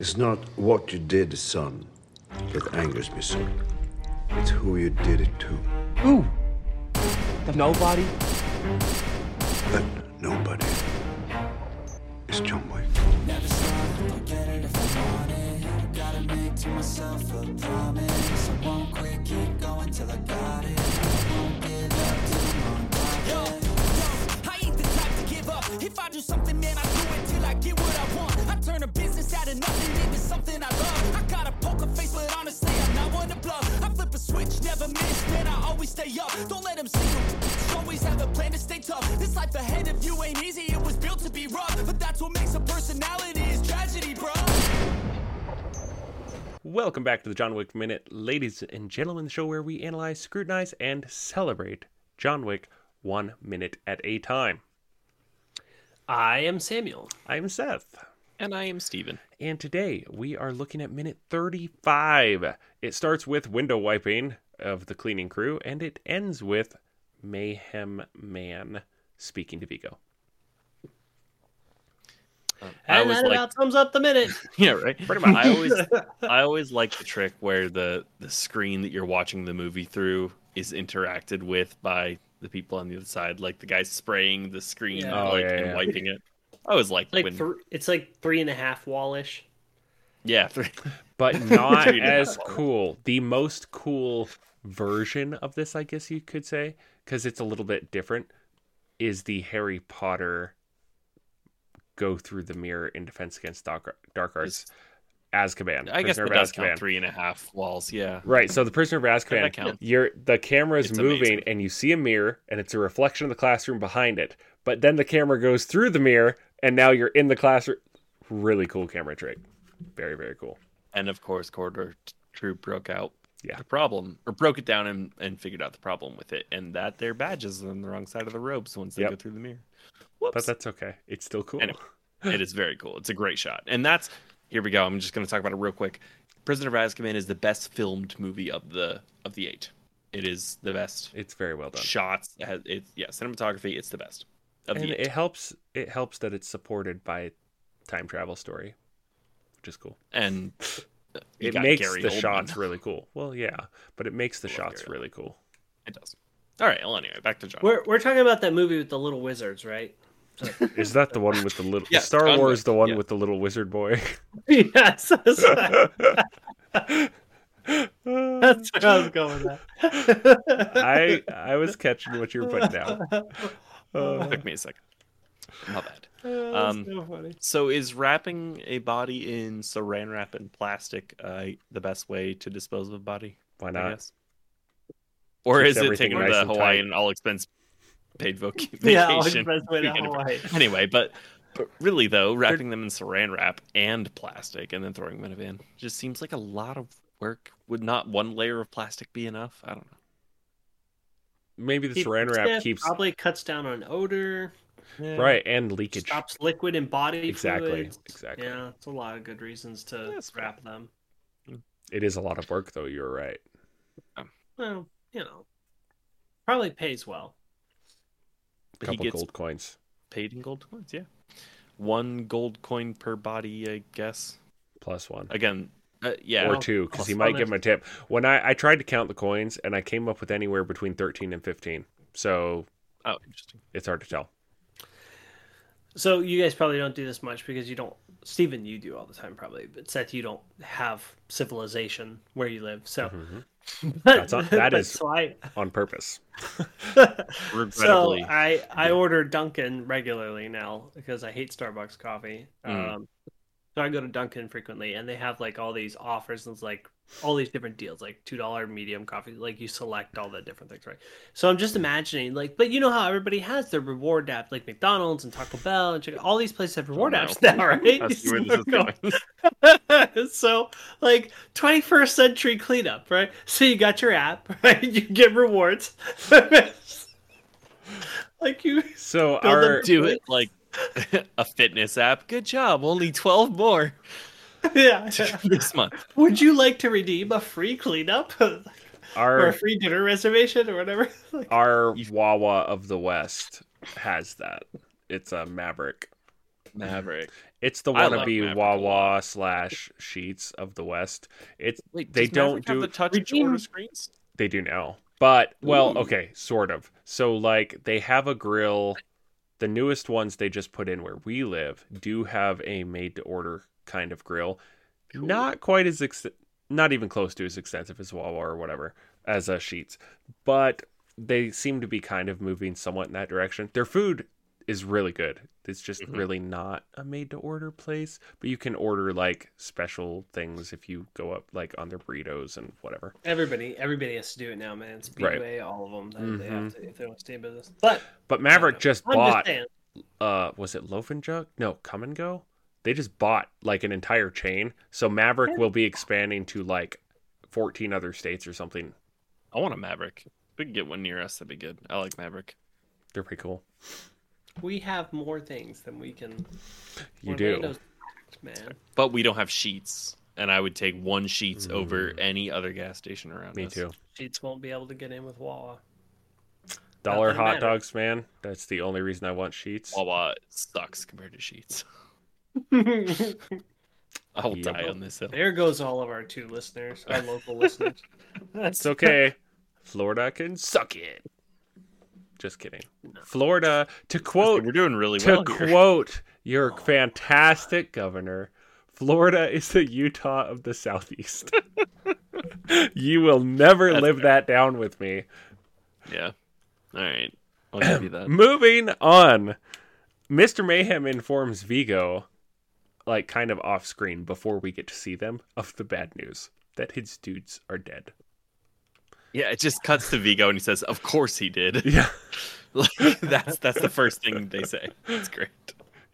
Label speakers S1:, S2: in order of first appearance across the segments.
S1: It's not what you did, son, that angers me, son. It's who you did it to.
S2: Ooh. The nobody.
S1: That nobody is John Wick.
S3: I ain't the type to give up. If I do something, man, I do it till I get what I want. I turn a business out of nothing into something I love. I got a poker face, but honestly, I'm not one to bluff. I flip a switch, never miss, man, I always stay up. Don't let them see you. Always have a plan to stay tough. This life ahead of you ain't easy, it was built to be rough. But that's what makes a personality is tragedy, bruh.
S4: Welcome back to the John Wick Minute, ladies and gentlemen, the show where we analyze, scrutinize, and celebrate John Wick one minute at a time.
S2: I am Samuel.
S4: I'm Seth,
S5: And I am Steven.
S4: and today we are looking at minute 35. It starts with window wiping of the cleaning crew, and it ends with Mayhem Man speaking to Vigo.
S5: I
S2: And
S5: always
S2: that
S5: like
S2: about sums up the minute.
S5: yeah, right.
S4: Pretty much.
S5: I always I always like the trick where the the screen that you're watching the movie through is interacted with by the people on the other side, like the guy spraying the screen
S2: Yeah.
S4: Oh,
S5: like
S4: yeah,
S5: and
S4: yeah.
S5: wiping it. I always like,
S6: like
S5: when
S6: thr it's like three and a half wallish.
S5: yeah, three.
S4: but not
S5: Dude,
S4: as cool. The most cool version of this, I guess you could say, because it's a little bit different, is the Harry Potter go through the mirror in defense against dark, dark arts. Azkaban.
S5: I guess
S4: Prisoner of
S5: that does
S4: Azkaban.
S5: count three and a half walls. Yeah,
S4: Right, so the prisoner of
S5: Yeah,
S4: Azkaban,
S5: that counts.
S4: you're the camera's
S5: It's
S4: moving
S5: amazing.
S4: and you see a mirror and it's a reflection of the classroom behind it. But then the camera goes through the mirror and now you're in the classroom. Really cool camera trick. Very, very cool.
S5: and of course, corridor t- troop broke out.
S4: Yeah.
S5: the problem or broke it down and, and figured out the problem with it, and that their badges are on the wrong side of the ropes once they
S4: Yep.
S5: go through the mirror.
S4: But
S5: Whoops.
S4: that's okay. It's still cool.
S5: Anyway. it is very cool. It's a great shot. And that's here we go. I'm just going to talk about it real quick. Prisoner of Azkaban is the best filmed movie of the of the eight. It is the best
S4: It's very well done.
S5: shots. It has, it's yeah, cinematography. It's the best of
S4: and
S5: the
S4: it
S5: eight.
S4: helps it helps that it's supported by a time travel story which is cool
S5: And you
S4: it
S5: got
S4: makes
S5: Gary
S4: the
S5: Oldman.
S4: shots really cool well yeah but it makes the shots
S5: Gary
S4: really cool
S5: It does. All right. Well, anyway, back to John.
S6: We're we're talking about that movie with the little wizards, right?
S4: is that the one with the little
S5: Yeah,
S4: is star
S5: John
S4: wars
S5: Wick,
S4: the one
S5: yeah.
S4: with the little wizard boy
S6: yes, that's, that's where I was going. With that.
S4: i i was catching what you were putting down
S5: It took me a second. My bad.
S6: um, so funny.
S5: So is wrapping a body in saran wrap and plastic uh, the best way to dispose of a body?
S4: why
S5: I
S4: not
S5: guess. Or
S4: Keeps
S5: is it
S4: everything
S5: taking
S4: nice
S5: the
S4: and tight.
S5: Hawaiian all expense paid voc- vacation?
S6: Yeah, I was best way to
S5: weekend?
S6: Hawaii.
S5: Anyway, but, but really though, wrapping them in saran wrap and plastic and then throwing them in a van just seems like a lot of work. Would not one layer of plastic be enough? I don't know.
S4: maybe the
S6: Keep-
S4: saran
S6: yeah,
S4: wrap keeps
S6: probably cuts down on odor,
S4: right and leakage
S6: stops liquid and body
S4: Exactly,
S6: fluids.
S4: exactly.
S6: Yeah, it's a lot of good reasons to
S5: That's
S6: wrap them.
S4: it is a lot of work though you're right
S6: Well, you know, probably pays well.
S4: a
S5: But he
S4: couple
S5: gets
S4: gold coins
S5: paid in gold coins. Yeah, one gold coin per body, I guess.
S4: plus one
S5: Again, uh, yeah,
S4: or two because he
S6: I'll
S4: might
S6: sell
S4: give him a tip. When I, I tried to count the coins and I came up with anywhere between 13 and 15. So
S5: Oh, interesting.
S4: it's hard to tell.
S6: So you guys probably don't do this much because you don't. Stephen, you do all the time probably, but Seth, you don't have civilization where you live. So
S4: Mm-hmm. That's not- that
S6: but
S4: is-
S6: So I,
S4: On purpose.
S6: so
S5: Regrettably,
S6: I, I order Dunkin' regularly now because I hate Starbucks coffee.
S5: Mm.
S6: Um, so I go to Dunkin' frequently, and they have like all these offers and it's like all these different deals, like two dollar medium coffee. Like you select all the different things, right? So I'm just imagining, like, but you know how everybody has their reward app, like McDonald's and Taco Bell and Chick- all these places have reward
S5: no.
S6: apps now, right?
S5: I see where this
S6: So
S5: is
S6: go-
S5: going.
S6: so like 21st century cleanup right so you got your app right you get rewards like you
S4: So
S6: Build up
S4: our
S5: do it like a fitness app. Good job. Only 12 more
S6: yeah
S5: this month.
S6: would you like to redeem a free cleanup or a
S4: our
S6: free dinner reservation or whatever Like,
S4: our Wawa of the West has that. It's a Maverick.
S5: Maverick.
S4: It's the
S5: I love
S4: wannabe
S5: Maverick a
S4: Wawa slash Sheets of the West. It's
S5: Wait,
S4: they
S5: does
S4: don't
S5: Maverick have
S4: do
S5: the touch
S6: Redeem-
S5: order screens.
S4: they do now. But well, okay, sort of. So like they have a grill. The newest ones they just put in where we live do have a made to order kind of grill. Not quite as ex- not even close to as extensive as Wawa or whatever as uh, Sheets, but they seem to be kind of moving somewhat in that direction. Their food is really good. It's just really not a made to order place, but you can order like special things if you go up like on their burritos and whatever.
S6: Everybody, everybody has to do it now, man.
S4: Right. Mm-hmm.
S6: Speedway, all of them. They, they have to if they don't stay in business. But
S4: But Maverick just
S6: I'm
S4: bought
S6: just saying,
S4: uh was it Loaf and Jug? No, Come and Go. They just bought like an entire chain. So Maverick will be expanding to like 14 other states or something.
S5: I want a Maverick. If we can get one near us, that'd be good. I like Maverick.
S4: They're pretty cool.
S6: we have more things than we can.
S4: You
S6: Orlando's packed, man.
S5: But we don't have sheets, and I would take one sheets over any other gas station around.
S4: do. Mm. Me
S5: us.
S4: too.
S6: Sheets won't be able to get in with Wawa.
S4: Dollar
S6: Nothing
S4: hot
S6: matters.
S4: dogs, man. That's the only reason I want sheets.
S5: Wawa sucks compared to sheets. I'll
S4: Yep.
S5: die on this hill.
S6: There goes all of our two listeners, our local listeners.
S4: It's okay. Florida can suck it. Just kidding. Florida, to quote
S5: We're doing really
S4: To
S5: well. here.
S4: quote your fantastic governor, Florida is the Utah of the Southeast. you will never live that down with me.
S5: Yeah. All right. I'll give you that.
S4: Moving on, Mr. Mayhem informs Vigo, like kind of off screen before we get to see them, of the bad news that his dudes are dead.
S5: Yeah, it just cuts to Vigo and he says, "Of course he did."
S4: Yeah.
S5: Like, that's that's the first thing they say. It's great.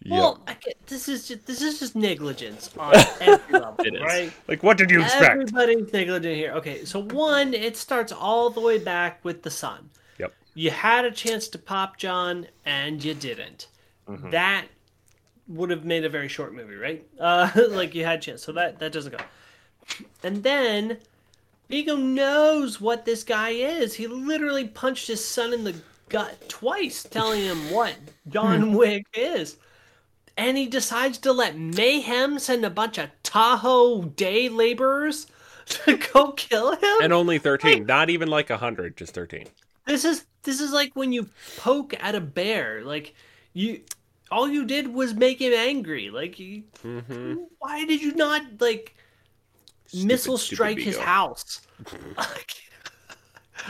S6: Well, I get, this is just, this is just negligence on every level,
S5: It is.
S6: right?
S4: Like, what did you expect?
S6: Everybody's negligent here. Okay, so one, it starts all the way back with the sun.
S4: Yep.
S6: You had a chance to pop John, and you didn't. That would have made a very short movie, right? Uh, like you had a chance, so that that doesn't go. And then Vigo knows what this guy is. He literally punched his son in the gut twice, telling him what John Wick is and he decides to let Mayhem send a bunch of Tahoe day laborers to go kill him.
S4: And only 13, not even like 100, just 13.
S6: this is this is like when you poke at a bear. Like you, all you did was make him angry. Like, you,
S4: Mm-hmm.
S6: why did you not like missile
S4: Hmm. stupid
S6: strike his
S4: Vigo.
S6: house? Like,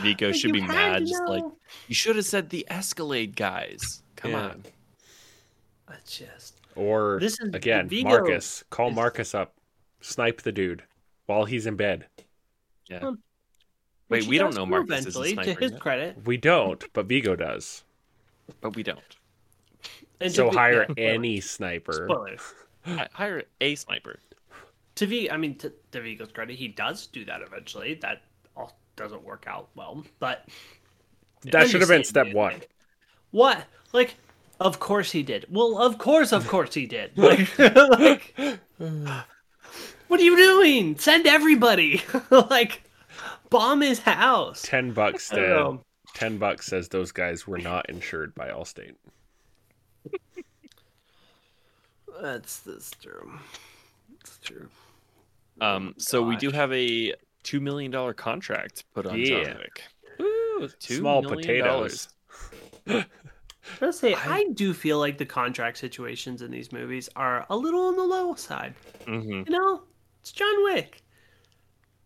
S5: Vigo should
S6: you
S5: be
S6: had
S5: mad.
S6: to
S5: Just like
S6: know.
S5: you should have said the Escalade guys. Come
S4: Yeah.
S5: on.
S6: it's just
S4: Or
S6: This is-
S4: again,
S6: Vigo
S4: Marcus. Call
S6: is-
S4: Marcus up. Snipe the dude while he's in bed.
S5: Yeah.
S6: Hmm.
S5: Wait,
S6: which
S5: we
S6: he
S5: don't
S6: does
S5: know
S6: do
S5: Marcus is a
S6: Eventually, to
S5: sniper
S6: his
S5: yet,
S6: credit,
S4: We don't, but Vigo does.
S5: but we don't.
S6: and
S4: So
S6: to,
S4: hire
S6: yeah,
S4: any sniper.
S6: spoilers.
S5: I hire a sniper.
S6: to V, I mean, to, to Vigo's credit, he does do that eventually. That all doesn't work out well, but
S4: That should have been
S6: understand,
S4: step
S6: dude.
S4: one.
S6: what? Like, of course he did. Well, of course, of course he did. Like, like, what are you doing? Send everybody. like, bomb his house.
S4: Ten bucks
S6: don't
S4: said,
S6: know.
S4: ten bucks says those guys were not insured by Allstate.
S6: That's that's true. That's true.
S5: Um, so we do have a two million dollar contract put on
S4: Yeah.
S5: John Wick. Woo,
S4: Small potatoes.
S6: Let's say I, do feel like the contract situations in these movies are a little on the low side.
S5: Mm-hmm.
S6: You know, it's John Wick.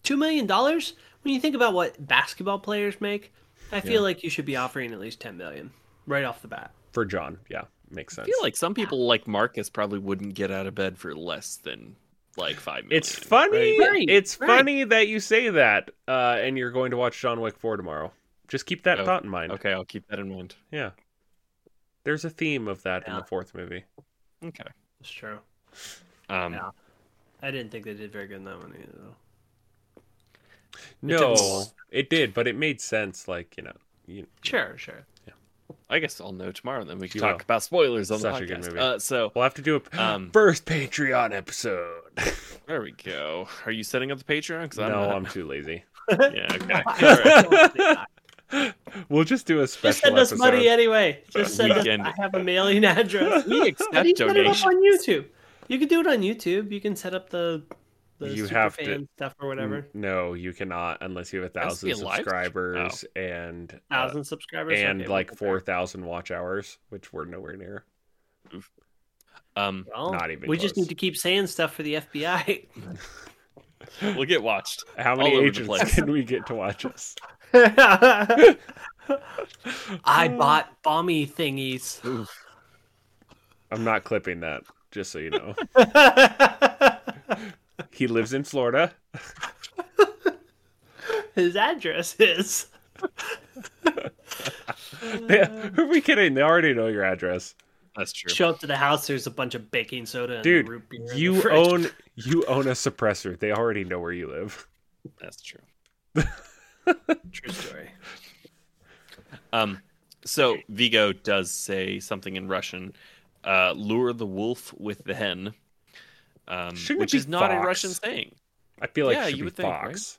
S6: Two million dollars. When you think about what basketball players make, I feel like you should be offering at least ten million right off the bat.
S4: For John, yeah, makes sense.
S5: I feel like some people like Marcus probably wouldn't get out of bed for less than like five million.
S4: it's funny.
S6: Right,
S4: it's
S6: right.
S4: funny that you say that, uh, and you're going to watch John Wick 4 tomorrow. Just keep that
S5: Oh,
S4: thought in mind.
S5: Okay, I'll keep that in mind.
S4: Yeah. There's a theme of that in
S6: Yeah.
S4: the fourth movie.
S5: Okay.
S6: That's true.
S5: Um,
S6: Yeah. I didn't think they did very good in that one either. Though.
S4: No, it did, but it made sense. Like you know, you,
S6: Sure, sure.
S5: I guess I'll know tomorrow, and then we can
S4: You
S5: talk
S4: will.
S5: about spoilers on
S4: Such a
S5: the
S4: good
S5: podcast.
S4: movie.
S5: Uh, so
S4: we'll have to do a
S5: Um,
S4: first Patreon episode.
S5: there we go. Are you setting up the Patreon? Because
S4: no,
S5: not.
S4: I'm too lazy.
S5: Yeah. Okay.
S6: I
S4: We'll just do a special
S6: Just send us
S4: episode.
S6: money anyway.
S4: Uh,
S6: Just send us.
S5: Weekend.
S6: I have a mailing address. How
S5: We
S6: do you
S5: accept
S6: set it up
S5: donations.
S6: on YouTube? You can do it on YouTube. You can set up the the
S4: You
S6: super
S4: have to- Mm,
S6: fan stuff or whatever.
S4: No, you cannot unless you have a
S5: Has to
S4: thousand
S5: be a live stream?
S4: subscribers and uh,
S6: Thousand subscribers
S4: and
S6: okay,
S4: like
S6: we'll
S4: four thousand watch hours, which we're nowhere near.
S5: Um,
S6: Well,
S4: Not even
S6: We just
S4: close.
S6: need to keep saying stuff for the FBI.
S5: we'll get watched.
S4: How many
S5: All over the
S4: agents
S5: place.
S4: can we get to watch us?
S6: I bought bomby thingies.
S4: I'm not clipping that, just so you know. he lives in Florida.
S6: His address is.
S4: Who are we kidding? They already know your address.
S5: That's true.
S6: Show up to the house. There's a bunch of baking soda and
S4: Dude,
S6: root beer. in the
S4: you
S6: fridge.
S4: own you own a suppressor. They already know where you live.
S5: That's true.
S6: True story.
S5: Um, so Vigo does say something in Russian. Uh, lure the wolf with the hen, um,
S4: Shouldn't it
S5: which
S4: be
S5: is not
S4: fox?
S5: a Russian saying.
S4: I feel like
S5: Yeah,
S4: it should be
S5: you would think, right?
S4: Fox.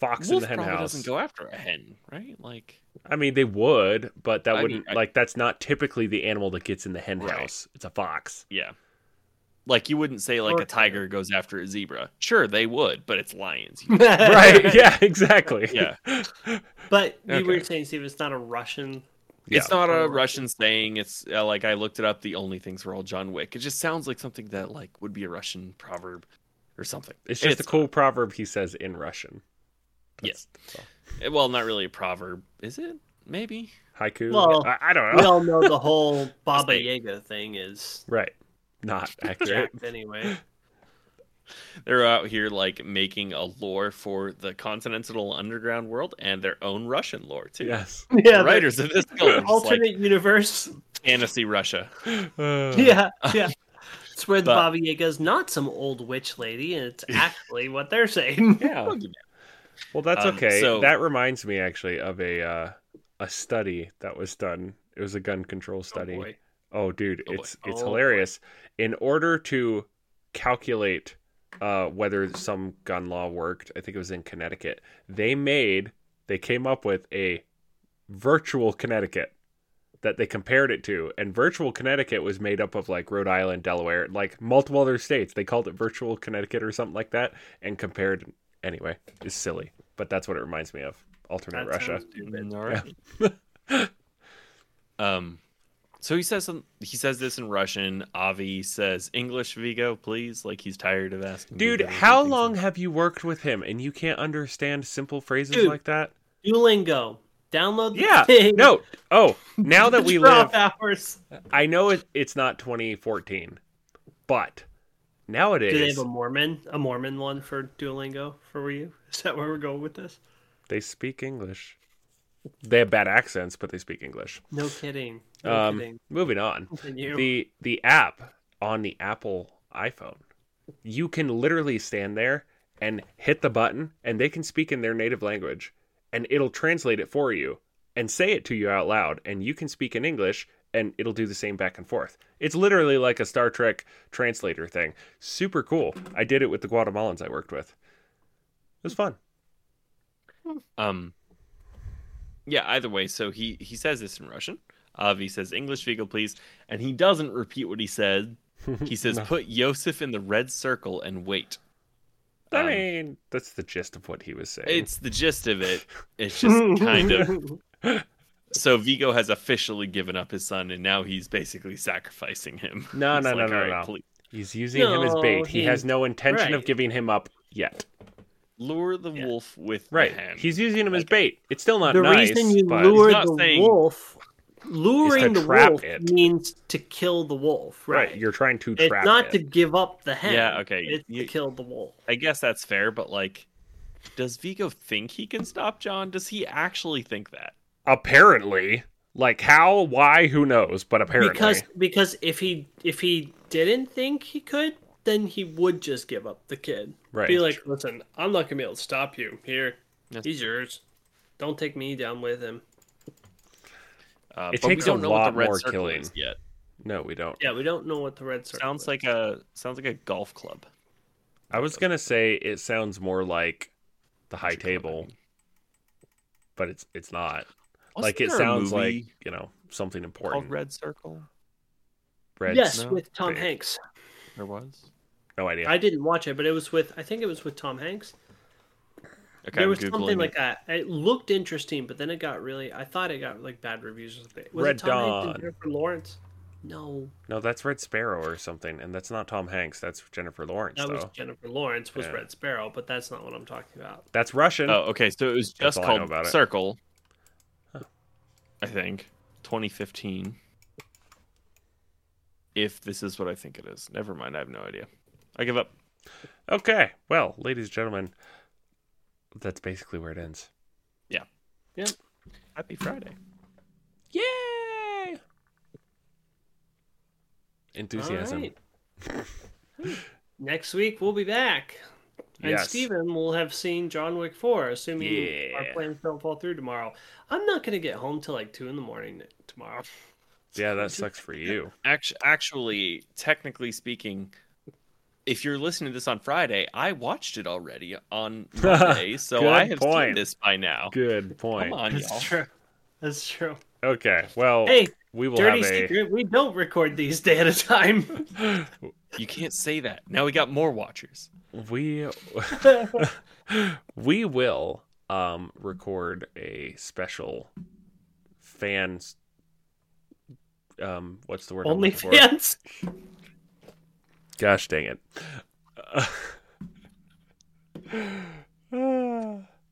S4: Fox in
S5: wolf
S4: the hen
S5: probably
S4: house.
S5: doesn't go after a hen, right? Like,
S4: I mean, they would, but that
S5: I mean,
S4: wouldn't
S5: I-
S4: like that's not typically the animal that gets in the hen
S5: Right.
S4: house. It's a fox.
S5: yeah, like you wouldn't say like
S6: Or
S5: a tiger goes after a zebra. Sure, they would, but it's lions.
S4: Right. Yeah, exactly.
S5: Yeah.
S6: But you were
S5: Okay.
S6: saying, Steve, it's not a Russian.
S5: It's
S4: Yeah.
S5: not a Russian saying. It's uh, like I looked it up. The only things were all John Wick. It just sounds like something that like would be a Russian proverb or something.
S4: It's just a
S5: not.
S4: cool proverb he says in Russian. That's- that's all.
S5: Eh, Well, not really a proverb, is it? Maybe.
S4: Haiku.
S6: Well,
S4: I, I don't know.
S6: We all know the whole Baba
S5: Mistake.
S6: Yaga thing is
S4: right. Not accurate.
S6: jacked anyway.
S5: They're out here like making a lore for the continental underground world and their own Russian lore too.
S4: yes.
S5: The
S6: Yeah,
S5: writers of this film are
S6: the
S5: just, like
S6: alternate universe.
S5: fantasy Russia.
S6: Yeah, yeah. It's where the
S5: But-
S6: Baba Yaga is not some old witch lady, and it's actually what they're saying.
S4: Yeah. Well, that's
S5: Um,
S4: okay.
S5: so-
S4: That reminds me actually of a uh, a study that was done. It was a gun control study.
S6: boy.
S4: Oh, dude,
S5: boy.
S4: it's it's
S6: Oh, boy.
S4: hilarious. In order to calculate uh, whether some gun law worked, I think it was in Connecticut. They made they came up with a virtual Connecticut that they compared it to, and virtual Connecticut was made up of like Rhode Island, Delaware, like multiple other states. They called it virtual Connecticut or something like that, and compared. Anyway, it's silly, but that's what it reminds me of. Alternate
S6: That
S4: Russia.
S6: sounds stupid.
S5: Mm, All right. um, so he says some, he says this in Russian. Avi says English, Vigo, please. Like he's tired of asking.
S4: Dude,
S5: Vigo to do
S4: how
S5: things
S4: long
S5: in-
S4: have you worked with him and you can't understand simple phrases
S6: Dude.
S4: like that?
S6: Duolingo. Download the
S4: Yeah.
S6: thing.
S4: No. Oh, now that we live,
S6: Drop hours.
S4: I know it, it's not 2014, but
S6: Do they
S4: nowadays
S6: have a Mormon, a Mormon one for Duolingo for you? Is that where we're going with this?
S4: they speak English. They have bad accents, but they speak English.
S6: No kidding. No
S4: Um,
S6: kidding.
S4: moving on.
S6: Continue.
S4: The the app on the Apple iPhone, you can literally stand there and hit the button, and they can speak in their native language, and it'll translate it for you and say it to you out loud, and you can speak in English, and it'll do the same back and forth. It's literally like a Star Trek translator thing. Super cool. I did it with the Guatemalans I worked with. It was fun.
S5: Um. Yeah. Either way, so he he says this in Russian. Avi says English, Vigo, please, and he doesn't repeat what he said. He says, "Put Yosef in the red circle and wait."
S4: I
S5: Um,
S4: mean, that's the gist of what he was saying.
S5: It's the gist of it. It's just kind of. So Vigo has officially given up his son, and now he's basically sacrificing him.
S4: No,
S5: It's
S4: no, no,
S5: like,
S4: no,
S5: "All right,
S4: no.
S5: please,
S4: He's using him as
S6: No,
S4: bait. He
S6: he-
S4: has no intention of
S6: right.
S4: giving him up yet.
S5: Lure the wolf with
S4: Right.
S5: the hand.
S4: He's using him as bait. It's still not
S6: the
S4: nice.
S6: reason you
S4: but
S6: lure
S5: He's not
S6: the
S5: saying-
S6: wolf, luring the
S4: trap
S6: wolf
S4: it.
S6: means to kill the wolf,
S4: right.
S6: right?
S4: You're trying to
S6: it's
S4: trap
S6: not
S4: it.
S6: to give up the hen.
S5: Yeah, okay.
S6: It's
S5: You-
S6: to kill the wolf.
S5: I guess that's fair, but like, does Vigo think he can stop John? Does he actually think that?
S4: Apparently. Like how, why, who knows, but apparently.
S6: Because because if he if he didn't think he could, then he would just give up the kid.
S4: Right.
S6: Be like, listen, I'm not gonna be able to stop you. Here,
S5: That's-
S6: he's yours. Don't take me down with him.
S5: Uh,
S4: It
S5: but we
S4: takes a
S5: don't know what
S4: lot
S5: the red
S4: more
S5: circle
S4: killing.
S5: is yet.
S4: no, we don't.
S6: Yeah, we don't know what the red circle
S5: Sounds
S6: is.
S5: like a sounds like a golf club.
S4: I was gonna say it sounds more like the high table. But it's it's not.
S5: Wasn't
S4: like it
S5: there a
S4: sounds like
S5: movie
S4: you know something
S5: called
S4: important.
S5: Red Circle.
S4: Red
S6: yes,
S5: no.
S6: with Tom
S4: Wait.
S6: Hanks.
S5: There was.
S4: No idea.
S6: I didn't watch it, but it was with I think it was with Tom Hanks.
S5: Okay,
S6: There
S5: I'm
S6: was
S5: Googling
S6: something like
S5: it.
S6: that. It looked interesting, but then it got really. I thought it got like bad reviews or something. Was
S4: Red
S6: it Tom Hanks
S4: Dawn.
S6: and Jennifer Lawrence? No,
S4: No, that's Red Sparrow or something, and that's not Tom Hanks. That's Jennifer Lawrence,
S6: that
S4: though.
S6: was Jennifer Lawrence was
S4: Yeah.
S6: Red Sparrow, but that's not what I'm talking about.
S4: That's Russian.
S5: Oh, okay. So it was
S4: That's
S5: just
S4: all I know
S5: called
S4: about it.
S5: Circle. I think 2015. If this is what I think it is, never mind. I have no idea. I give up.
S4: Okay. Well, ladies and gentlemen, that's basically where it ends.
S5: Yeah.
S6: Yeah.
S5: Happy Friday.
S4: Yay! Enthusiasm.
S6: Alright. Next week we'll be back. And
S4: Yes.
S6: Steven will have seen John Wick 4, assuming
S4: Yeah.
S6: our plans don't fall through tomorrow. I'm not going to get home till like 2 in the morning tomorrow.
S4: Yeah, that sucks for you.
S5: Actually, actually, technically speaking, if you're listening to this on Friday, I watched it already on Monday, so
S4: Good
S5: I have seen
S4: point.
S5: this by now.
S4: Good point.
S5: Come on, y'all.
S6: true. That's true.
S4: Okay. Well,
S6: Hey,
S4: we will have
S6: Dirty
S4: a.
S6: secret, we don't record these day at a time.
S5: You can't say that. Now we got more watchers.
S4: we we will um record a special fans um what's the word I'm
S6: Only
S4: looking for?
S6: fans.
S4: gosh dang it Uh,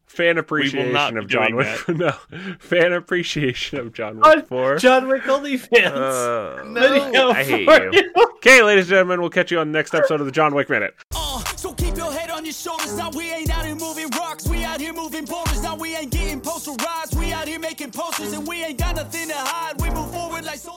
S4: fan
S5: not
S4: appreciation
S5: be
S4: of John
S5: doing
S4: Wick no fan appreciation of John
S6: John-
S4: Wick 4
S6: Oh, John Wick only fans.
S4: Uh,
S6: Video
S4: I hate
S6: for
S4: you. okay ladies and gentlemen we'll catch you on the next episode of the John Wick Minute
S3: Uh, so keep your head on your shoulders. Now we ain't out here moving rocks. We out here moving boulders. Now we ain't getting posterized. We out here making posters and we ain't got nothing to hide. We move forward like soldiers.